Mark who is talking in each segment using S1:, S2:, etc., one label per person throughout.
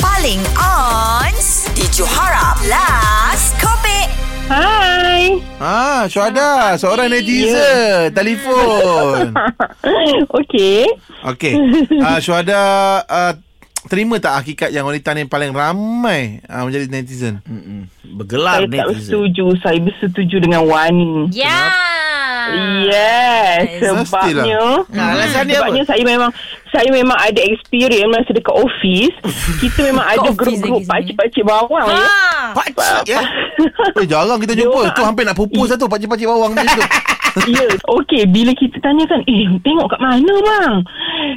S1: paling on di Johara Plus Kopi.
S2: Hai.
S3: Ah, Syuada, seorang netizen yeah. telefon.
S2: Okey.
S3: Okey. Ah, Syuada ah, terima tak hakikat yang wanita ni paling ramai ah, menjadi netizen?
S4: Mm-mm.
S2: Saya
S4: Bergelar
S2: tak
S4: netizen.
S2: setuju. Saya bersetuju dengan Wani.
S1: Ya.
S2: Yes,
S3: Mestilah.
S2: sebabnya
S4: Nah, alasan dia
S2: Hmm. sebabnya
S4: apa?
S2: saya memang saya memang ada experience masa dekat office. Kita memang ada
S1: office
S2: grup-grup
S1: lagi sebenarnya.
S2: pakcik-pakcik bawang ya.
S1: Ha.
S4: Pakcik ya.
S3: Eh, jarang kita jumpa. Tu hampir nak
S4: lah
S3: pupus satu pakcik-pakcik bawang macam tu.
S2: Ya, okey. Bila kita tanya kan, eh, tengok kat mana bang?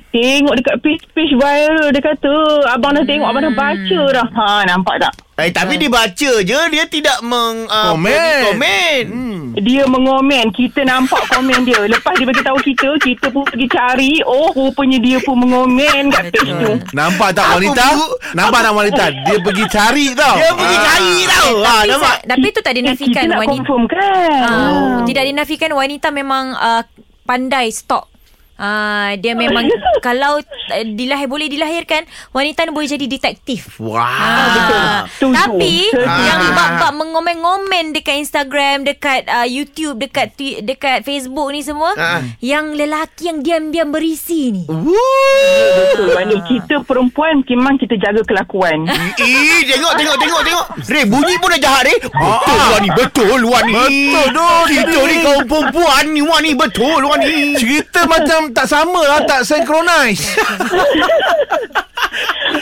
S2: Tengok dekat page-page viral. Dia kata, abang dah tengok, abang dah
S1: Hmm.
S2: baca dah. Ha, nampak tak?
S4: Eh, tapi dia baca je. Dia tidak meng... Uh,
S3: Komen.
S4: apa, Komen.
S3: Hmm.
S2: Dia mengomen. Kita nampak komen dia. Lepas dia bagi tahu kita, kita pun pergi cari. Oh, rupanya dia pun mengomen kat page tu.
S1: Betul.
S3: Nampak tak wanita?
S4: guru-
S3: Nampak tak wanita? Dia pergi cari tau.
S4: Dia pergi
S3: Ah.
S4: cari tau. Ha,
S1: Tapi,
S4: nampak?
S1: sa- tapi tu tak
S2: Kita
S1: dinafikan
S2: nak
S1: wanita.
S2: confirm kan?
S1: Ah, Tidak dinafikan wanita memang uh, pandai stok. Ah, dia
S2: Oh,
S1: memang kalau uh, dilahir boleh dilahirkan wanita ni boleh jadi detektif.
S4: Wah.
S1: Ah,
S2: Setuju.
S1: tapi
S2: Setuju.
S3: Ah.
S1: yang bab-bab mengomen-ngomen dekat Instagram, dekat uh, YouTube, dekat twi- dekat Facebook ni semua,
S4: Ah.
S1: yang lelaki yang diam-diam berisi ni.
S4: Wuh.
S2: Betul. Maknanya kita perempuan memang kita jaga kelakuan.
S1: Ah.
S4: Eh, tengok, tengok, tengok, tengok. Reh, bunyi pun dah jahat, Reh. Betul, Wan ni. Betul, Wan ni.
S3: Ah, Betul, Dor.
S4: Kita ni kau perempuan ni, Wan ni. Betul, Wan ni.
S3: Cerita macam tak sama lah, tak synchronize.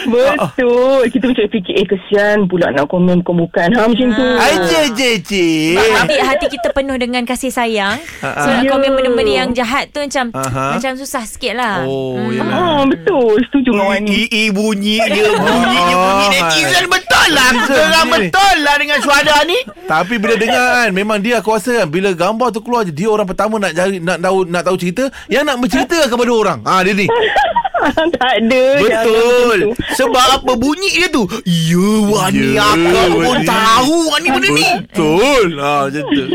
S2: Betul. Kita macam fikir, eh kesian pula nak komen kau bukan. Ha, macam tu.
S1: Ah.
S3: Ai je je je.
S1: Tapi hati kita penuh dengan kasih sayang. So nak
S2: Ya.
S1: komen benda-benda yang jahat tu macam
S3: Ah, Aha.
S1: macam susah sikit lah.
S3: Oh, yalah.
S2: Ha, betul. Setuju dengan Wani.
S4: I, I bunyi dia Bunyi dia
S3: Oh,
S4: bunyi
S3: hai.
S4: Netizen betul lah
S3: Netizen
S4: Geram
S3: bunyi ni.
S4: betul lah Dengan suara ni
S3: Tapi bila dengar kan Memang dia aku rasa kan Bila gambar tu keluar je Dia orang pertama nak cari Nak tahu nak tahu cerita Yang nak bercerita kepada orang Ah dia ni
S2: tak ada. jangan
S4: Ya, Betul
S2: macam tu.
S4: Sebab apa bunyi dia tu Ya Wan ni
S3: Ya,
S4: Aku
S3: Wan
S4: pun
S3: ni.
S4: tahu Wan ni benda ni
S3: Betul ah, Macam tu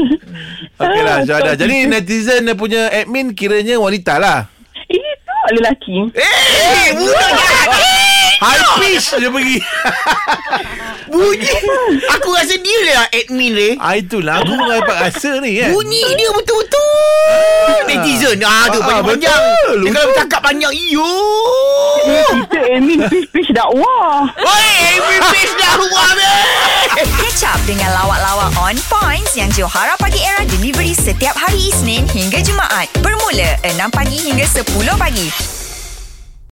S3: Okey lah Syahada Jadi netizen dia punya admin Kiranya wanita lah
S2: Eh, tu lelaki.
S4: Eh Budak jahat Eh,
S3: High pitch dia pergi
S4: Bunyi Aku rasa dia lah admin ni
S3: ah, Itulah Aku pun dapat rasa ni kan
S4: Bunyi dia betul-betul Netizen Ah tu
S3: Ah,
S4: panjang panjang
S3: betul,
S4: Dia kalau cakap panjang Yo
S2: Kita admin page-page dakwah.
S4: Oi Every page dah luar ni
S1: Catch up dengan lawak-lawak on points yang Johara Pagi Era delivery setiap hari Isnin hingga Jumaat bermula 6 pagi hingga 10 pagi.